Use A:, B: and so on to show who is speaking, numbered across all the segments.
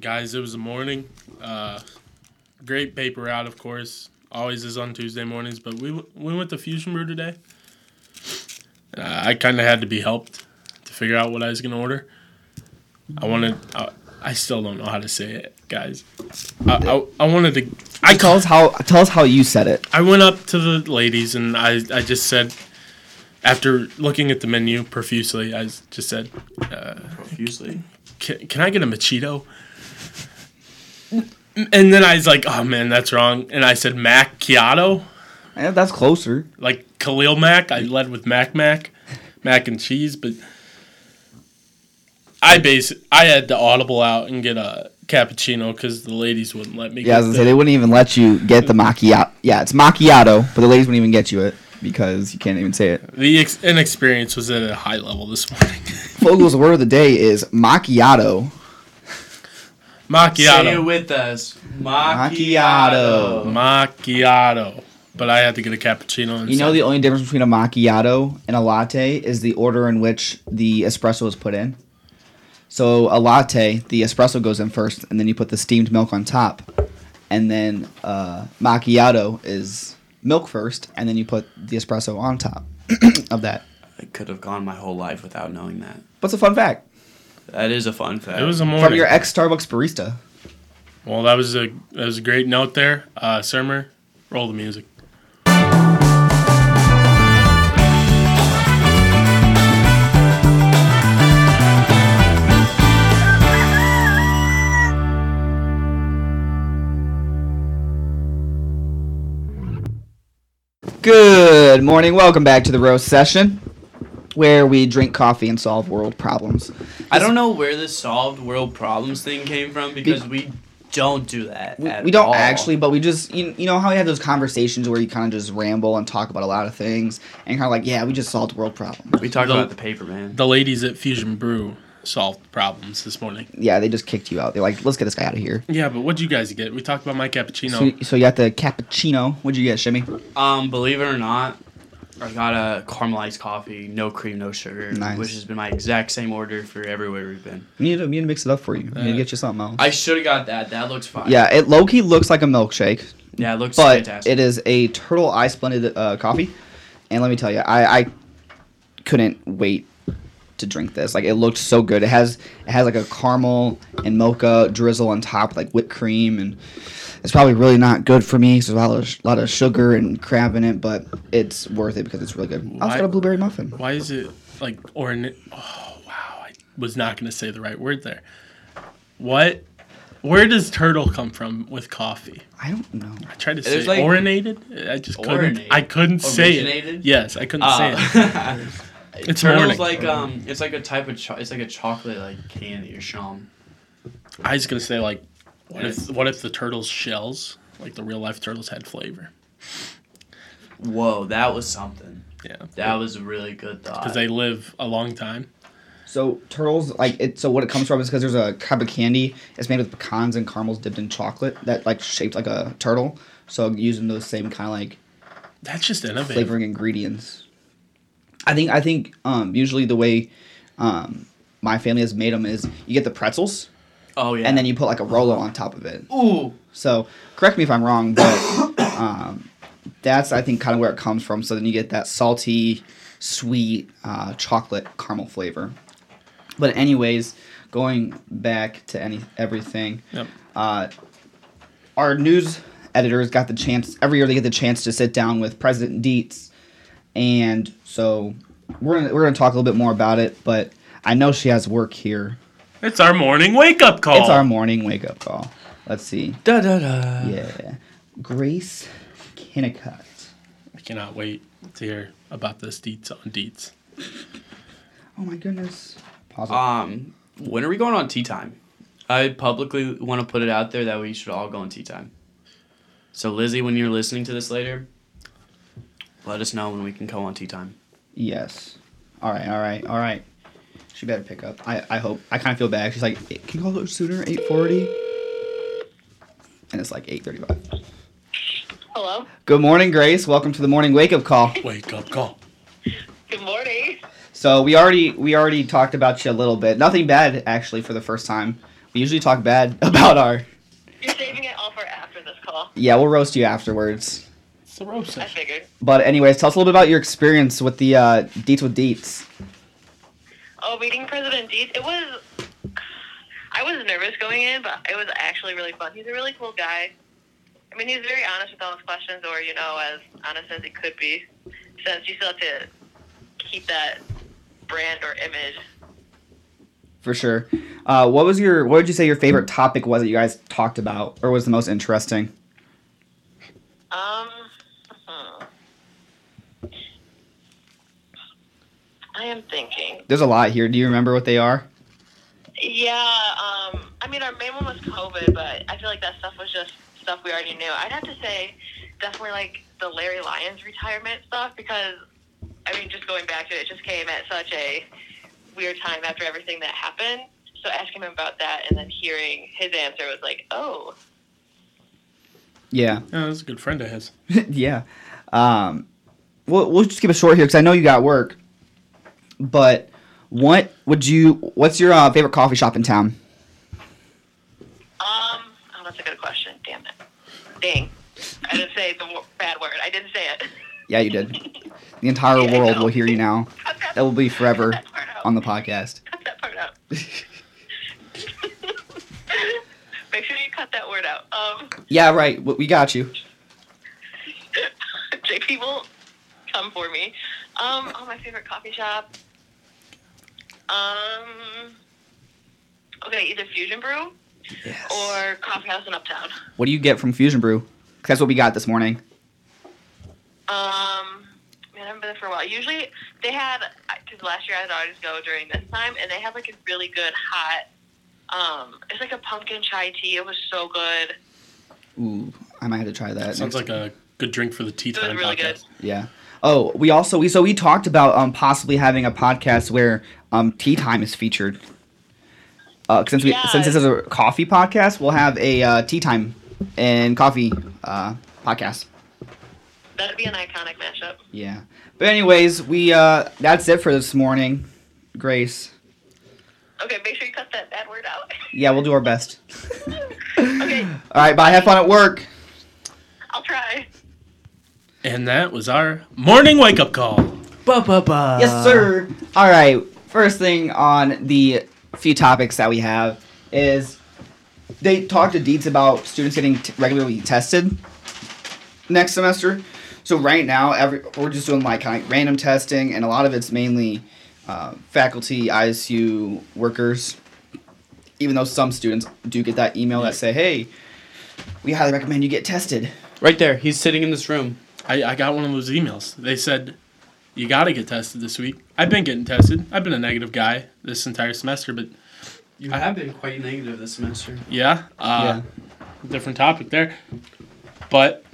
A: guys, it was the morning. Uh, great paper out, of course. Always is on Tuesday mornings, but we w- we went to Fusion Brew today. Uh, I kind of had to be helped to figure out what I was gonna order. I wanted. I, I still don't know how to say it, guys. I, I, I wanted to. I
B: Tell us how tell us how you said it.
A: I went up to the ladies and I, I just said, after looking at the menu profusely, I just said, uh,
C: Profusely.
A: can, can I get a machito? And then I was like, oh man, that's wrong. And I said macchiato,
B: Eh, that's closer.
A: like Khalil Mac. I led with Mac Mac, mac and cheese. But I base I had to audible out and get a cappuccino because the ladies wouldn't let me.
B: Yeah, I
A: get
B: was gonna say they
A: the-
B: wouldn't even let you get the macchiato. Yeah, it's macchiato, but the ladies wouldn't even get you it because you can't even say it.
A: the ex- inexperience was at a high level this morning.
B: Fogel's word of the day is macchiato.
C: Say it
A: macchiato,
C: with us. Macchiato.
A: macchiato. But I had to get a cappuccino.
B: You know the only difference between a macchiato and a latte is the order in which the espresso is put in. So a latte, the espresso goes in first, and then you put the steamed milk on top, and then uh, macchiato is milk first, and then you put the espresso on top of that.
C: I could have gone my whole life without knowing that.
B: What's a fun fact
C: That is a fun fact.
A: it was a morning.
B: from your ex Starbucks barista?
A: Well, that was a that was a great note there, uh, Sermer. Roll the music.
B: Good morning. Welcome back to the roast session, where we drink coffee and solve world problems.
C: I don't know where this solved world problems thing came from because we don't do that.
B: we,
C: at
B: we don't
C: all.
B: actually, but we just you, you know how you have those conversations where you kind of just ramble and talk about a lot of things and kind of like yeah we just solved world problem.
C: We talk
A: The-
C: about the paper, man.
A: The ladies at Fusion Brew solved problems this morning.
B: Yeah, they just kicked you out. They're like let's get this guy out of here.
A: Yeah, but what'd you guys get? We talked about my cappuccino.
B: So, so you got the cappuccino. What'd you get, Shimmy?
C: Um, believe it or not, I got a caramelized coffee, no cream, no sugar,
B: Nice.
C: which has been my exact same order for everywhere we've been.
B: We need to, we need to mix it up for you. We need to
A: Uh,
B: get you something else.
C: I should have got that. That looks fine.
B: yeah, it low key looks like a milkshake,
C: Yeah, it looks
B: but
C: fantastic.
B: it is a turtle eye splendid uh, coffee. And let me tell you, I, I couldn't wait to drink this. Like it looked so good. It has it has like a caramel and mocha drizzle on top, like whipped cream, and it's probably really not good for me. 'cause There's a lot of lot of sugar and crab in it, but it's worth it because it's really good. I also
A: Why-
B: got a blueberry muffin.
A: Why is it like ornate? Oh wow, I was not gonna say the right word there. What? Where does turtle come from with coffee?
B: I don't know.
A: I tried to say
C: There's, like,
A: orinated. I just couldn't.
C: ornate-
A: I couldn't say it.
C: originated?
A: Yes, I couldn't say it.
C: Uh,
A: It's
C: turtles
A: morning.
C: like um, it's like a type of cho- it's like a chocolate like candy or sham.
A: I was gonna say like, what if what if the turtles' shells, like the real life turtles, had flavor?
C: Whoa, that was something.
A: Yeah.
C: That was a really good thought.
A: because they live a long time.
B: So turtles, like it. So what it comes from is because there's a cup of candy. It's made with pecans and caramels dipped in chocolate that like shaped like a turtle. So using those same kind of like
A: That's just innovative.
B: flavoring ingredients. I think I think um, usually the way um, my family has made them is you get the pretzels
C: oh yeah.
B: and then you put like a Rolo on top of it.
C: Ooh.
B: So correct me if I'm wrong, but um, that's I think kind of where it comes from. So then you get that salty, sweet uh, chocolate caramel flavor. But anyways, going back to any everything
A: Yep.
B: uh, our news editors got the chance every year they get the chance to sit down with President Dietz, and so we're gonna, we're gonna talk a little bit more about it. But I know she has work here.
A: It's our morning wake up call.
B: It's our morning wake up call. Let's see.
C: Da da da.
B: Yeah, Grace Kinnicott.
A: I cannot wait to hear about this deets on deets.
B: Oh my goodness. Pause. it.
C: Um, when are we going on tea time? I publicly want to put it out there that we should all go on tea time. So Lizzie, when you're listening to this later, let us know when we can go on tea time.
B: yes. All right. All right. All right. She better pick up. I, I hope. I kind of feel bad. She's like, "Eh, can you call her sooner? Eight forty. And it's like eight thirty-five.
D: Hello.
B: Good morning, Grace. Welcome to the morning wake-up call.
A: Wake up call.
D: Good morning.
B: So we already we already talked about you a little bit. Nothing bad actually for the first time. We usually talk bad about our.
D: You're saving it all for after this call.
B: Yeah, we'll roast you afterwards.
A: It's a roast
D: I
A: session.
D: figured.
B: But anyways, tell us a little bit about your experience with the uh, Deets with Deets.
D: Oh, meeting President Deeds. It was. I was nervous going in, but it was actually really fun. He's a really cool guy. I mean, he's very honest with all his questions, or you know, as honest as it could be, since you still have to keep that brand or image.
B: for sure. Uh, what was your what would you say your favorite topic was that you guys talked about or was the most interesting?
D: Um. hmm. I am thinking.
B: There's a lot here. Do you remember what they are?
D: Yeah, um, I mean, our main one was COVID, but I feel like that stuff was just stuff we already knew. I'd have to say, definitely like the Larry Lyons retirement stuff because, I mean, just going back to it, it just came at such a weird time after everything that happened. So asking him about that and then hearing his answer was like, oh,
B: Yeah,
A: Yeah, that's a good friend of his.
B: yeah. Um, we'll we'll just keep it short here because I know you got work. But what would you? What's your uh, favorite coffee shop in town?
D: um, oh, that's a good question. Damn it. Dang. I didn't say the wo- bad word. I didn't say it.
B: Yeah, you did. The entire
D: Yeah, I
B: world
D: know.
B: will hear you now.
D: Cut that,
B: That will be forever
D: cut that part out.
B: on the podcast.
D: Cut that part out. Make sure you cut that word out. Um,
B: Yeah, right. w- We got you.
D: JP will come for me. Um, oh, my favorite coffee shop. Um, okay, either Fusion Brew or Coffee House in Uptown.
B: What do you get from Fusion Brew? 'Cause That's what we got this morning.
D: Um, man, I haven't been there for a while. Usually they had, because last year I'd always go during this time, and they had like a really good hot, um, it's like a pumpkin chai tea. It was so good.
B: Ooh, I might have to try that.
A: Sounds
B: next
A: like a good drink for the tea
D: It was
A: time
D: really good.
A: podcast.
B: Yeah. Oh, we also we so we talked about um possibly having a podcast where um tea time is featured. Uh, since we
D: Yeah.
B: since this is a coffee podcast, we'll have a uh, tea time and coffee uh podcast.
D: That'd be an iconic mashup.
B: Yeah. But anyways, we uh that's it for this morning, Grace.
D: Okay, make sure you cut that bad word out.
B: Yeah, we'll do our best.
D: okay,
B: All right, bye. Have fun at work.
D: I'll try.
A: And that was our morning wake up call.
C: Ba ba ba.
B: yes, sir. All right. First thing on the few topics that we have is they talked to Deeds about students getting t- regularly tested next semester. So right now, every we're just doing like kind of random testing, and a lot of it's mainly uh, faculty, ISU workers. Even though some students do get that email that say, "Hey, we highly recommend you get tested."
C: Right there. He's sitting in this room.
A: I, I got one of those emails. They said, you got to get tested this week. I've been getting tested. I've been a negative guy this entire semester, but
C: You
A: have
C: been quite negative this semester.
A: yeah, uh, different topic there. But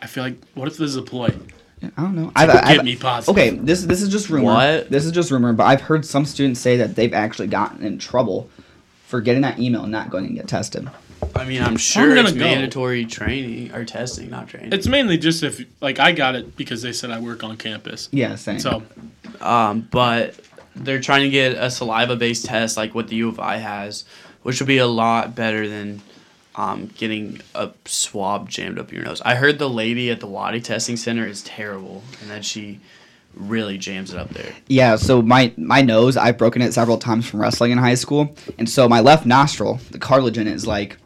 A: I feel like, what if this is a ploy?
B: yeah, I don't know. I've,
A: Get
B: I've,
A: me positive.
B: Okay, this this is just rumor.
C: What?
B: This is just rumor, but I've heard some students say that they've actually gotten in trouble for getting that email and not going and get tested.
C: I mean, I'm sure
A: gonna
C: it's
A: go.
C: mandatory training or testing, not training.
A: It's mainly just if, like, I got it because they said I work on campus.
B: Yeah, same.
A: So
C: um, but they're trying to get a saliva-based test like what the U of I has, which would be a lot better than um, getting a swab jammed up your nose. I heard the lady at the Wadi testing center is terrible, and that she really jams it up there.
B: yeah, so my my nose, I've broken it several times from wrestling in high school, and so my left nostril, the cartilage in it is like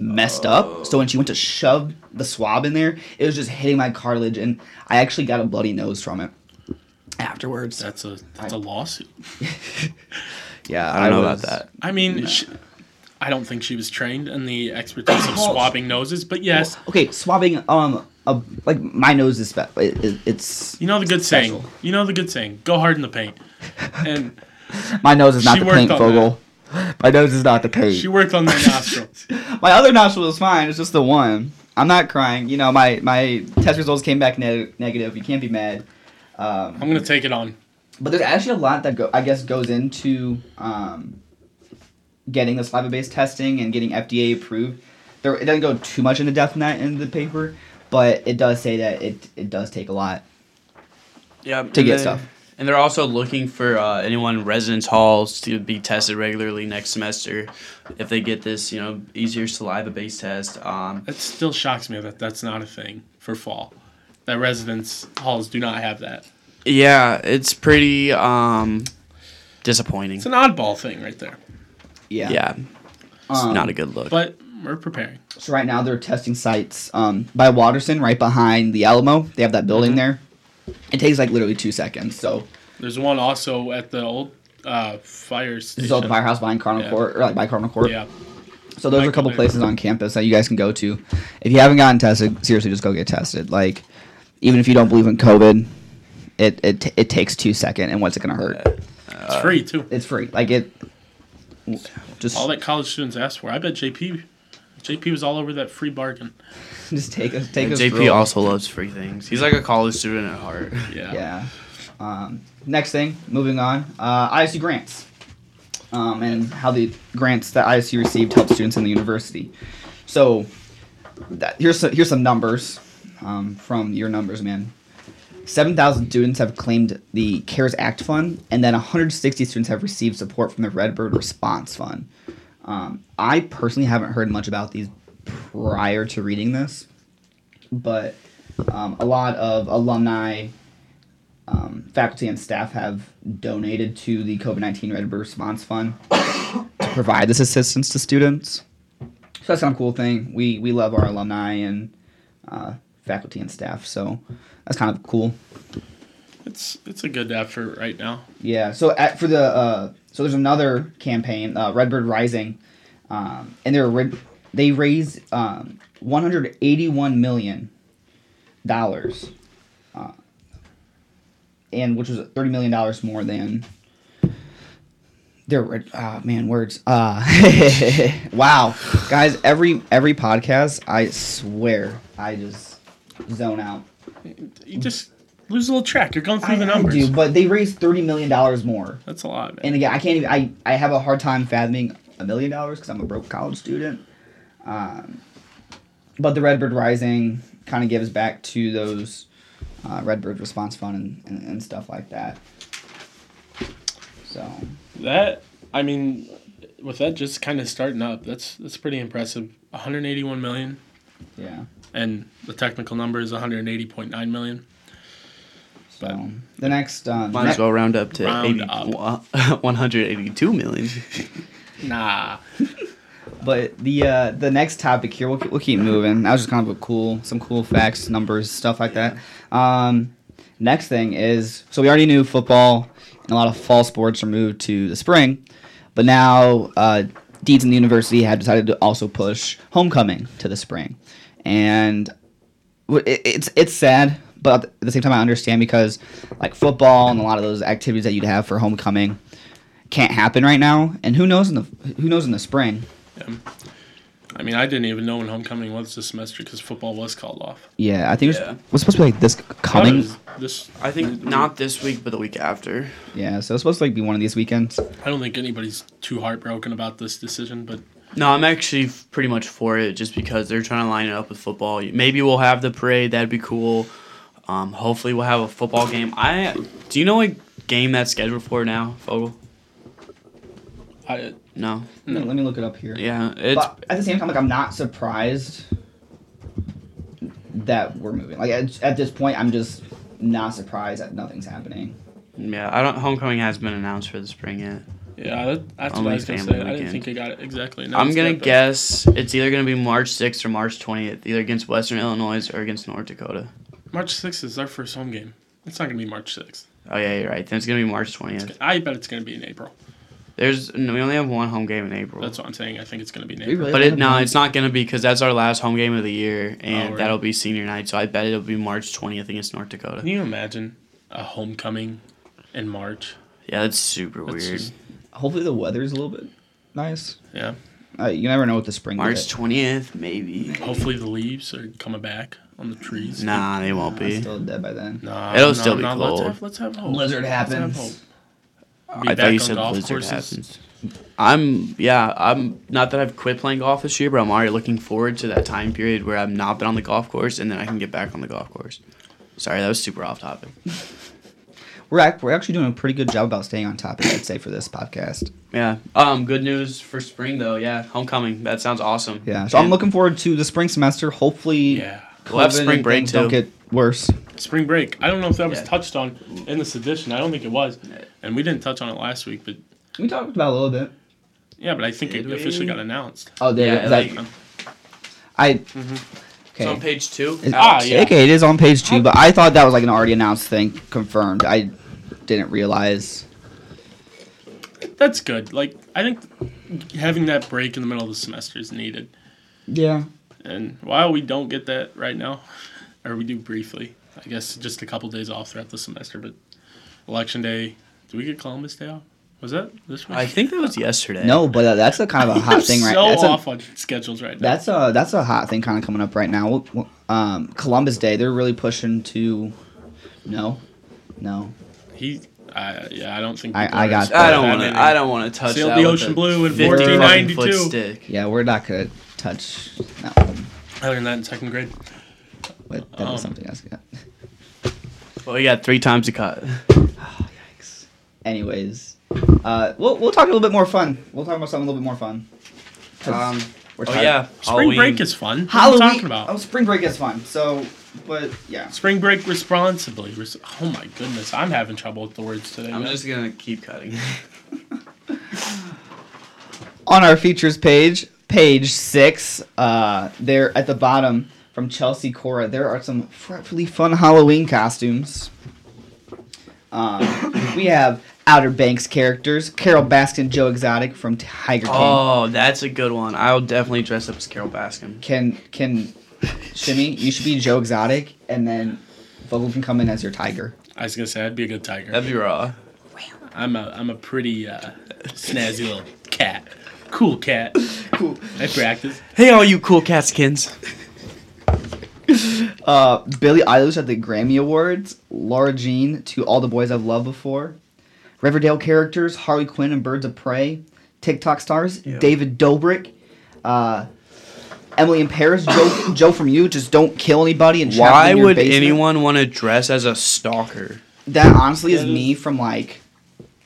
B: messed up. So when she went to shove the swab in there, it was just hitting my cartilage, and I actually got a bloody nose from it afterwards.
A: that's a that's a lawsuit.
B: yeah,
C: I don't know
B: was-
C: about that.
A: I mean, sh I don't think she was trained in the expertise of swabbing noses, but yes,
B: Okay, swabbing um a, like my nose is spe- it, it, it's
A: you know the good
B: Special.
A: saying. You know the good saying. Go hard in the paint. And
B: My nose is not
A: She
B: the
A: worked
B: paint,
A: on
B: Fogel. My nose is not the
A: she
B: paint.
A: worked on the nostril.
B: My other nostril is fine. It's just the one. I'm not crying. You know, my my test results came back neg negative. You can't be mad. Um,
A: I'm gonna take it on.
B: but there's actually a lot that go, I guess goes into um, getting the saliva-based testing and getting FDA approved. There, it doesn't go too much into depth in that in the paper, but it does say that it it does take a lot
C: Yeah,
B: to get stuff.
C: And they're also looking for uh, anyone in residence halls to be tested regularly next semester if they get this, you know, easier saliva based test. Um,
A: That still shocks me that that's not a thing for fall. That residence halls do not have that.
C: yeah, it's pretty um, disappointing.
A: It's an oddball thing right there.
B: Yeah.
C: yeah, it's
B: Um,
C: not a good look.
A: But we're preparing.
B: So right now they're testing sites um, by Waterson, right behind the Alamo. They have that
A: Mm-hmm.
B: building there. It takes like literally two seconds. So
A: There's one also at the old uh, fire
B: this
A: station.
B: is all the firehouse behind Cardinal
A: Yeah.
B: Court, or like by Cardinal Court.
A: Yeah.
B: So those are a
A: Michael
B: couple
A: Bay.
B: places on campus that you guys can go to. If you haven't gotten tested, seriously, just go get tested. Like, even if you don't believe in COVID, it it, t- it takes two second, and what's it gonna hurt?
A: It's free, too.
B: It's free. Like it. Just
A: All that college students ask for. I bet JP JP was all over that free bargain.
B: just take us take
C: And
B: us.
C: JP
B: through.
C: also loves free things. He's like a college student at heart.
A: Yeah.
B: Yeah. Um, next thing, moving on, uh, ISU grants, um, and how the grants that ISU received help students in the university. So, that, here's some, here's some numbers um, from your numbers, man. Seven thousand students have claimed the CARES Act fund, and then 160 students have received support from the Redbird Response Fund. Um, I personally haven't heard much about these prior to reading this, but um, a lot of alumni um, faculty and staff have donated to the COVID 19 Red Bird Response Fund to provide this assistance to students. So that's kind of a cool thing. We, we love our alumni and uh, faculty and staff, so that's kind of cool.
A: It's it's a good effort right now.
B: Yeah. So at, for the uh, so there's another campaign, uh, Redbird Rising, um, and they're ri- they raised um, 181 million dollars, uh, and which was 30 million dollars more than their red- ah man words. Uh, wow, guys! Every every podcast, I swear, I just zone out.
A: You just lose a little track. You're going through
B: I,
A: the
B: I
A: numbers.
B: do, but they raised 30 million dollars more.
A: That's a lot, man.
B: And again, I can't even. I, I have a hard time fathoming a million dollars because I'm a broke college student. Um, but the Redbird Rising kind of gives back to those uh, Redbird Response Fund and, and, and stuff like that. So
A: That I mean, with that just kind of starting up, that's that's pretty impressive. 181 million,
B: yeah.
A: and the technical number is 180.9 million.
B: So the next um,
C: Might as
B: ne-
C: well round up to
A: Round
C: 80,
A: up.
C: wa- 182 million.
A: Nah,
B: But the uh, the next topic here, we'll, we'll keep moving. That was just kind of a cool, some cool facts, numbers, stuff like that. Um, next thing is, so we already knew football and a lot of fall sports are moved to the spring, but now uh, Deeds and the university have decided to also push homecoming to the spring, and w- it, it's it's sad, but at the same time I understand because like football and a lot of those activities that you'd have for homecoming can't happen right now, and who knows in the who knows in the spring.
A: I mean, I didn't even know when homecoming was this semester because football was called off.
B: Yeah, I think
C: Yeah.
B: it was, was supposed to be like this
A: Thought it
B: coming.
A: was This
C: I think not this week, but the week after.
B: Yeah, so it's supposed to like be one of these weekends.
C: Hmm.
A: I don't think anybody's too heartbroken about this decision, but
C: No, I'm actually f- pretty much for it just because they're trying to line it up with football. Maybe we'll have the parade. That'd be cool. Um, hopefully, we'll have a football game. I Do you know what game that's scheduled for now, Fogel?
A: I
C: No.
B: Let me, let me look it up here.
C: Yeah, it's.
B: But at the same time, like I'm not surprised that we're moving. Like at, at this point, I'm just not surprised that nothing's happening.
C: Yeah, I don't. Homecoming has been announced for the spring yet.
A: yeah, that, that's what
C: Only
A: I was gonna
C: family
A: say. I didn't
C: weekend.
A: think I got it exactly.
C: I'm
A: announced
C: gonna
A: yet, but
C: guess it's either gonna be March 6th or March 20th, either against Western Illinois or against North Dakota.
A: March 6th is our first home game. It's not gonna be March 6th.
C: Oh yeah, you're right. Then it's gonna be March 20th.
A: I bet it's gonna be in April.
C: There's no, we only have one home game in April.
A: That's what I'm saying. I think it's gonna be in
B: Do we
A: April.
B: really
C: but
B: wanna
C: it no,
B: move?
C: it's not gonna be because that's our last home game of the year,
A: Oh,
C: and
A: right.
C: that'll be senior night. So I bet it'll be March 20th against North
A: Can
C: Dakota.
A: you imagine a homecoming in March?
C: Yeah, that's super
A: That's
C: weird.
A: just-
B: Hopefully, the weather's a little bit nice.
A: Yeah.
B: Uh, you never know what the spring.
C: March
B: is.
C: 20th, maybe.
A: Hopefully the leaves are coming back on the trees.
C: Nah, they won't
B: I'm
C: be.
B: still dead by then.
A: Nah,
C: It'll still be
A: Let's
C: cold.
A: have, let's have hope.
B: Blizzard
A: Let's have
B: happens.
A: hope. Be
C: I
A: back
C: thought you
A: on
C: said
A: golf
C: blizzard
A: courses.
C: happens. I'm yeah, I'm not that I've quit playing golf this year, but I'm already looking forward to that time period where I've not been on the golf course and then I can get back on the golf course. Sorry, that was super off topic.
B: We're, ac- we're actually doing a pretty good job about staying on topic, I'd say, for this podcast.
C: Yeah. Um. Good news for spring though. Yeah. Homecoming. That sounds awesome.
B: Yeah. So I'm looking forward to the spring semester. Hopefully,
A: Yeah.
B: COVID
C: We'll have spring
B: and
C: break,
B: things don't
C: too.
B: get worse.
A: Spring break. I don't know if that was
C: Yeah.
A: touched on in this edition. I don't think it was. And we didn't touch on it last week, but
B: We talked about it a little bit.
A: yeah, but I think it
C: Did we?
A: officially got announced.
B: Oh, there.
C: Yeah,
B: is that-
C: like-
B: I.
C: It's on
B: Okay.
C: page two.
B: Is-
A: Ah,
C: Alex.
A: yeah.
B: Okay, it is on page two, but I thought that was like an already announced thing, confirmed. I didn't realize.
A: That's good. Like I think having that break in the middle of the semester is needed.
B: Yeah.
A: And while we don't get that right now, or we do briefly, I guess just a couple days off throughout the semester, but election day, do we get Columbus Day off? Was that this week?
C: I think that was yesterday.
B: No, but uh, that's a kind of a hot thing right
A: so
B: now. That's a,
A: off on schedules right now.
B: that's a that's a hot thing kind of coming up right now. What- what- Um, Columbus Day, they're really pushing to. No, no.
A: he, I, yeah, I don't think.
B: I-
A: people
B: I
A: are
B: got
A: expecting
C: I don't
A: that
C: want
A: many.
C: to. I don't want to touch
A: Sealed
C: that
A: the
C: with
A: ocean
C: a
A: blue in
C: 50 fucking
A: 1492.
C: foot stick.
B: Yeah, we're not gonna touch. No,
A: I learned that in second grade.
B: but that
A: Um,
B: was something else. Yeah.
C: Well, we got three times the cut.
B: Anyways, uh, we'll we'll talk a little bit more fun. We'll talk about something a little bit more fun. 'Cause
C: Um,
B: we're
C: oh
B: tired.
C: yeah,
A: Spring break is fun.
B: Halloween.
A: What are you talking about?
B: Oh, spring break is fun. So, but yeah.
A: Spring break responsibly. Res- oh my goodness, I'm having trouble with the words today.
C: I'm
A: man.
C: just gonna keep cutting.
B: on our features page, page six, uh, there at the bottom from Chelsea Cora, there are some really fun Halloween costumes. Um, we have Outer Banks characters, Carol Baskin, Joe Exotic from Tiger King.
C: oh, that's a good one. I'll definitely dress up as Carol Baskin.
B: Can can Shimmy, you should be Joe Exotic, and then Vogel can come in as your tiger.
A: I was gonna say I'd be a good tiger.
C: That'd be raw.
A: I'm a I'm a pretty uh, snazzy little cat. Cool cat.
B: Cool.
A: I practice.
C: Hey, all you cool catskins.
B: Uh, Billie Eilish at the Grammy Awards, Laura Jean to All the Boys I've Loved Before, Riverdale characters Harley Quinn and Birds of Prey, TikTok stars
C: Yeah.
B: David Dobrik, uh, Emily in Paris, Joe, Joe from You, just don't kill anybody and trap
C: Why
B: in your
C: would
B: basement.
C: anyone want to dress as a stalker?
B: That honestly is
A: That is-
B: me from like,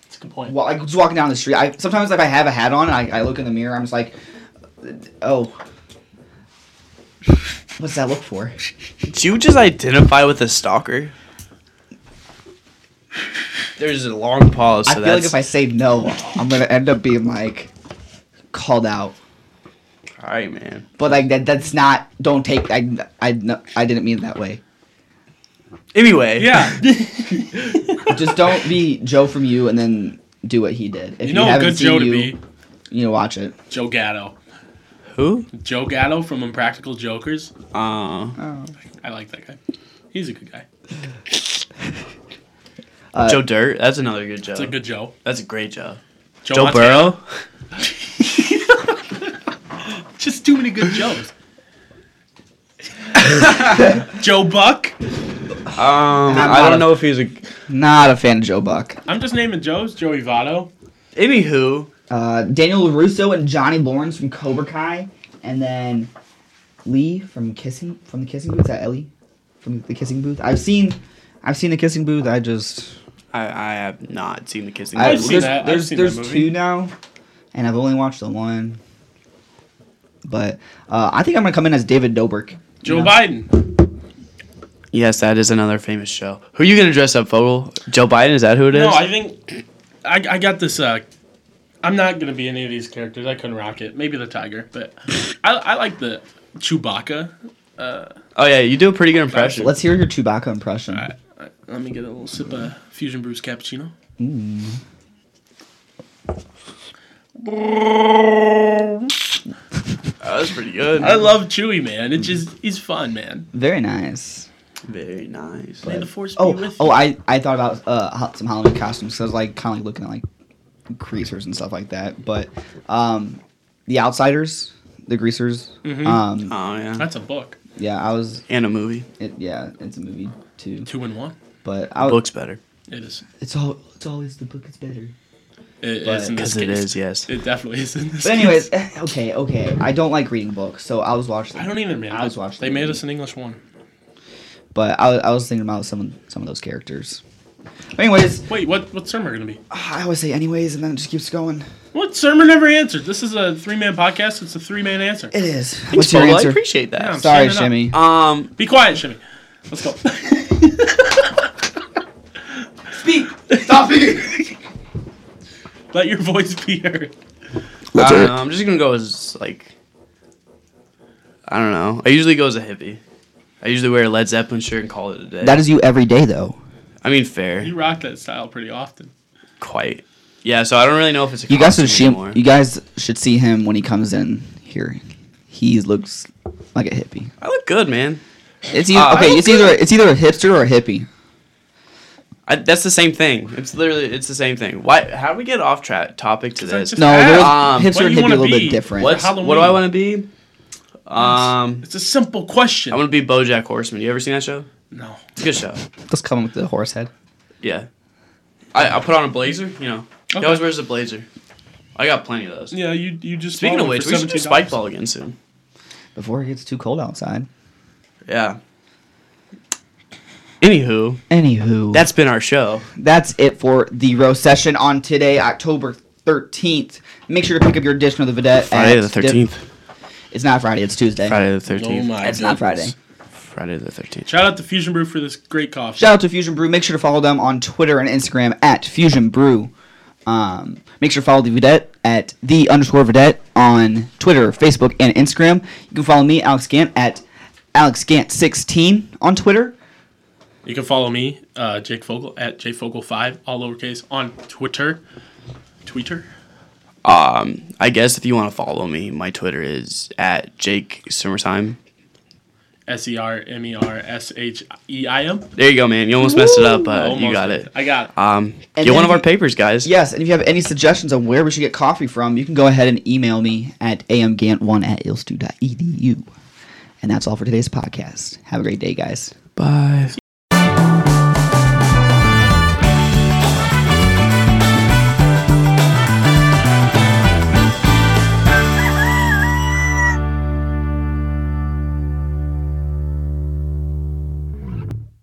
A: It's a good point.
B: wa- like just walking down the street. I sometimes if I have a hat on, I, I look in the mirror, I'm just like, oh, what's that look for?
C: Do you just identify with a stalker? There's a long pause. So
B: I feel like
C: that's,
B: if I say no, I'm gonna end up being like called out.
C: All right, man.
B: But like that, that's not. Don't take. I, I, no, I didn't mean it that way.
C: Anyway.
A: Yeah.
B: Just don't be Joe from you and then do what he did. If
A: you know a
B: haven't
A: good
B: seen
A: Joe
B: you,
A: to be?
B: You know, watch it.
A: Joe Gatto.
C: Who?
A: Joe Gatto from Impractical Jokers.
C: Uh,
A: I like that guy. He's a good guy.
B: Uh,
C: Joe Dirt. That's another good Joe.
A: It's a good Joe.
C: That's a great Joe.
A: Joe,
C: Joe
A: Montana.
C: Burrow.
A: Just too many good Joes. Joe Buck.
C: Um, I
B: not
C: don't
B: a-
C: know if he's a.
B: Not a fan of Joe Buck.
A: I'm just naming Joes. Joey Votto.
C: Anywho,
B: Uh, Daniel Russo and Johnny Lawrence from Cobra Kai, and then Lee from Kissing from the Kissing Booth. Is that Ellie from the Kissing Booth? I've seen, I've seen the Kissing Booth. I just.
C: I, I have not seen the kissing.
B: I,
A: I've
C: Booth.
A: seen
B: there's,
A: that. I've
B: There's,
A: seen
B: there's
A: that movie.
B: two now, and I've only watched the one. But uh, I think I'm gonna come in as David Dobrik. you
A: Joe
B: know?
A: Biden.
C: Yes, that is another famous show. Who are you gonna dress up, Vogel? Joe Biden? Is that who it is?
A: No, I think I, I got this. Uh, I'm not gonna be any of these characters. I couldn't rock it. Maybe the tiger, but I, I like the Chewbacca. Uh,
C: oh yeah, you do a pretty good impression.
B: Let's hear your Chewbacca impression.
A: Alright, alright, let me get a little sip of Fusion Brews cappuccino.
C: Oh, that's pretty good.
A: I love Chewie, man. It just he's fun, man.
B: Very nice.
C: Very nice.
A: May the force be
B: Oh,
A: with
B: oh,
A: you.
B: I, I thought about uh, ho- some Halloween costumes. So I was like kind of like looking at like greasers and stuff like that. But um, the Outsiders, the greasers.
A: Mm-hmm.
B: Um,
C: Oh yeah.
A: That's a book.
B: yeah, I was.
C: And a movie.
B: It, yeah, it's a movie too.
A: Two and one.
B: But I, w-
C: Looks better.
A: It is.
B: it's all it's always the book is better.
A: It is
B: But-
A: in this
C: Because it
A: case.
C: is. Yes.
A: It definitely is in this.
B: But
A: case.
B: anyways, eh, okay, okay. I don't like reading books, so I was watching.
A: I don't even. Man,
B: I was watching.
A: They made us an English one.
B: But I, was- I was thinking about some of- some of those characters. But anyways,
A: Wait, what? What's sermon gonna be?
B: I always say anyways, and then it just keeps going.
A: What sermon never answered? This is a three man podcast. It's a three man answer.
B: It is.
C: Thanks,
B: What's your
C: Polo, I
B: answer?
C: appreciate
A: Yeah, I'm
C: that.
B: Sorry,
A: standing up.
B: Shimmy.
C: Um,
A: Be quiet, Shimmy. Let's go.
C: speak.
B: Stop it.
A: Let your voice be heard.
C: I
B: That's
C: don't
B: it.
C: know. I'm just gonna go as like. I don't know. I usually go as a hippie. I usually wear a Led Zeppelin shirt and call it a day.
B: That is you every day, though.
C: I mean, fair.
A: You rock that style pretty often.
C: Quite. Yeah. So I don't really know if it's a.
B: You guys should
C: costume
B: see
C: anymore.
B: him. You guys should see him when he comes in here. He looks like a hippie.
C: I look good, man.
B: It's either,
C: Uh, I
B: okay.
C: look
B: It's either it's either a hipster or a hippie.
C: I, that's the same thing. It's literally it's the same thing. Why? How do we get off tra- topic to
A: I
C: this?
A: just-
B: No, there's-
A: what
C: Um,
B: hipster
A: do
B: and
A: you
B: hippie a
A: wanna
B: little
A: be?
B: bit different.
A: What?
C: What's, what do
A: Halloween.
C: I want to be? Um,
A: It's a simple question.
C: I want to be BoJack Horseman. You ever seen that show?
A: no.
C: It's a good show.
B: Let's come with the horse head.
C: Yeah. I I put on a blazer. You know, he
A: Okay.
C: always wears a blazer. I got plenty of those.
A: Yeah, you you just
C: Speaking
A: bought
C: of
A: one
C: which,
A: for
C: we should do
A: $17.
C: spike ball again soon.
B: Before it gets too cold outside.
C: Yeah. Anywho,
B: Anywho,
C: that's been our show.
B: that's it for the roast session on today, October 13th. Make sure to pick up your edition of the Vedette.
C: Friday
B: at
C: the
B: Diff-
C: thirteenth.
B: it's not Friday. It's Tuesday.
C: Friday the
A: Oh
C: thirteenth.
A: my
B: It's not
A: goodness.
B: Friday.
C: Friday the thirteenth.
A: Shout out to Fusion Brew for this great coffee.
B: Shout out to Fusion Brew. Make sure to follow them on Twitter and Instagram at Fusion Brew. Um, make sure to follow the Vedette at the underscore Vedette on Twitter, Facebook, and Instagram. You can follow me, Alex Gant, at AlexGant16 on Twitter.
A: You can follow me, uh, Jake Fogel at jfogle5 all lowercase on Twitter. Twitter.
C: Um, I guess if you want to follow me, my Twitter is at Jake Summersheim.
A: S E R M E R S H E I M.
C: There you go, man. You almost messed it up, but you
A: Almost.
C: got it.
A: I got it.
C: Um,
B: And
C: get
B: then
C: one of
B: if
C: our
B: you-
C: papers, guys.
B: Yes, and if you have any suggestions on where we should get coffee from, you can go ahead and email me at amgant1 at ilstu.edu. And that's all for today's podcast. Have a great day, guys.
C: Bye.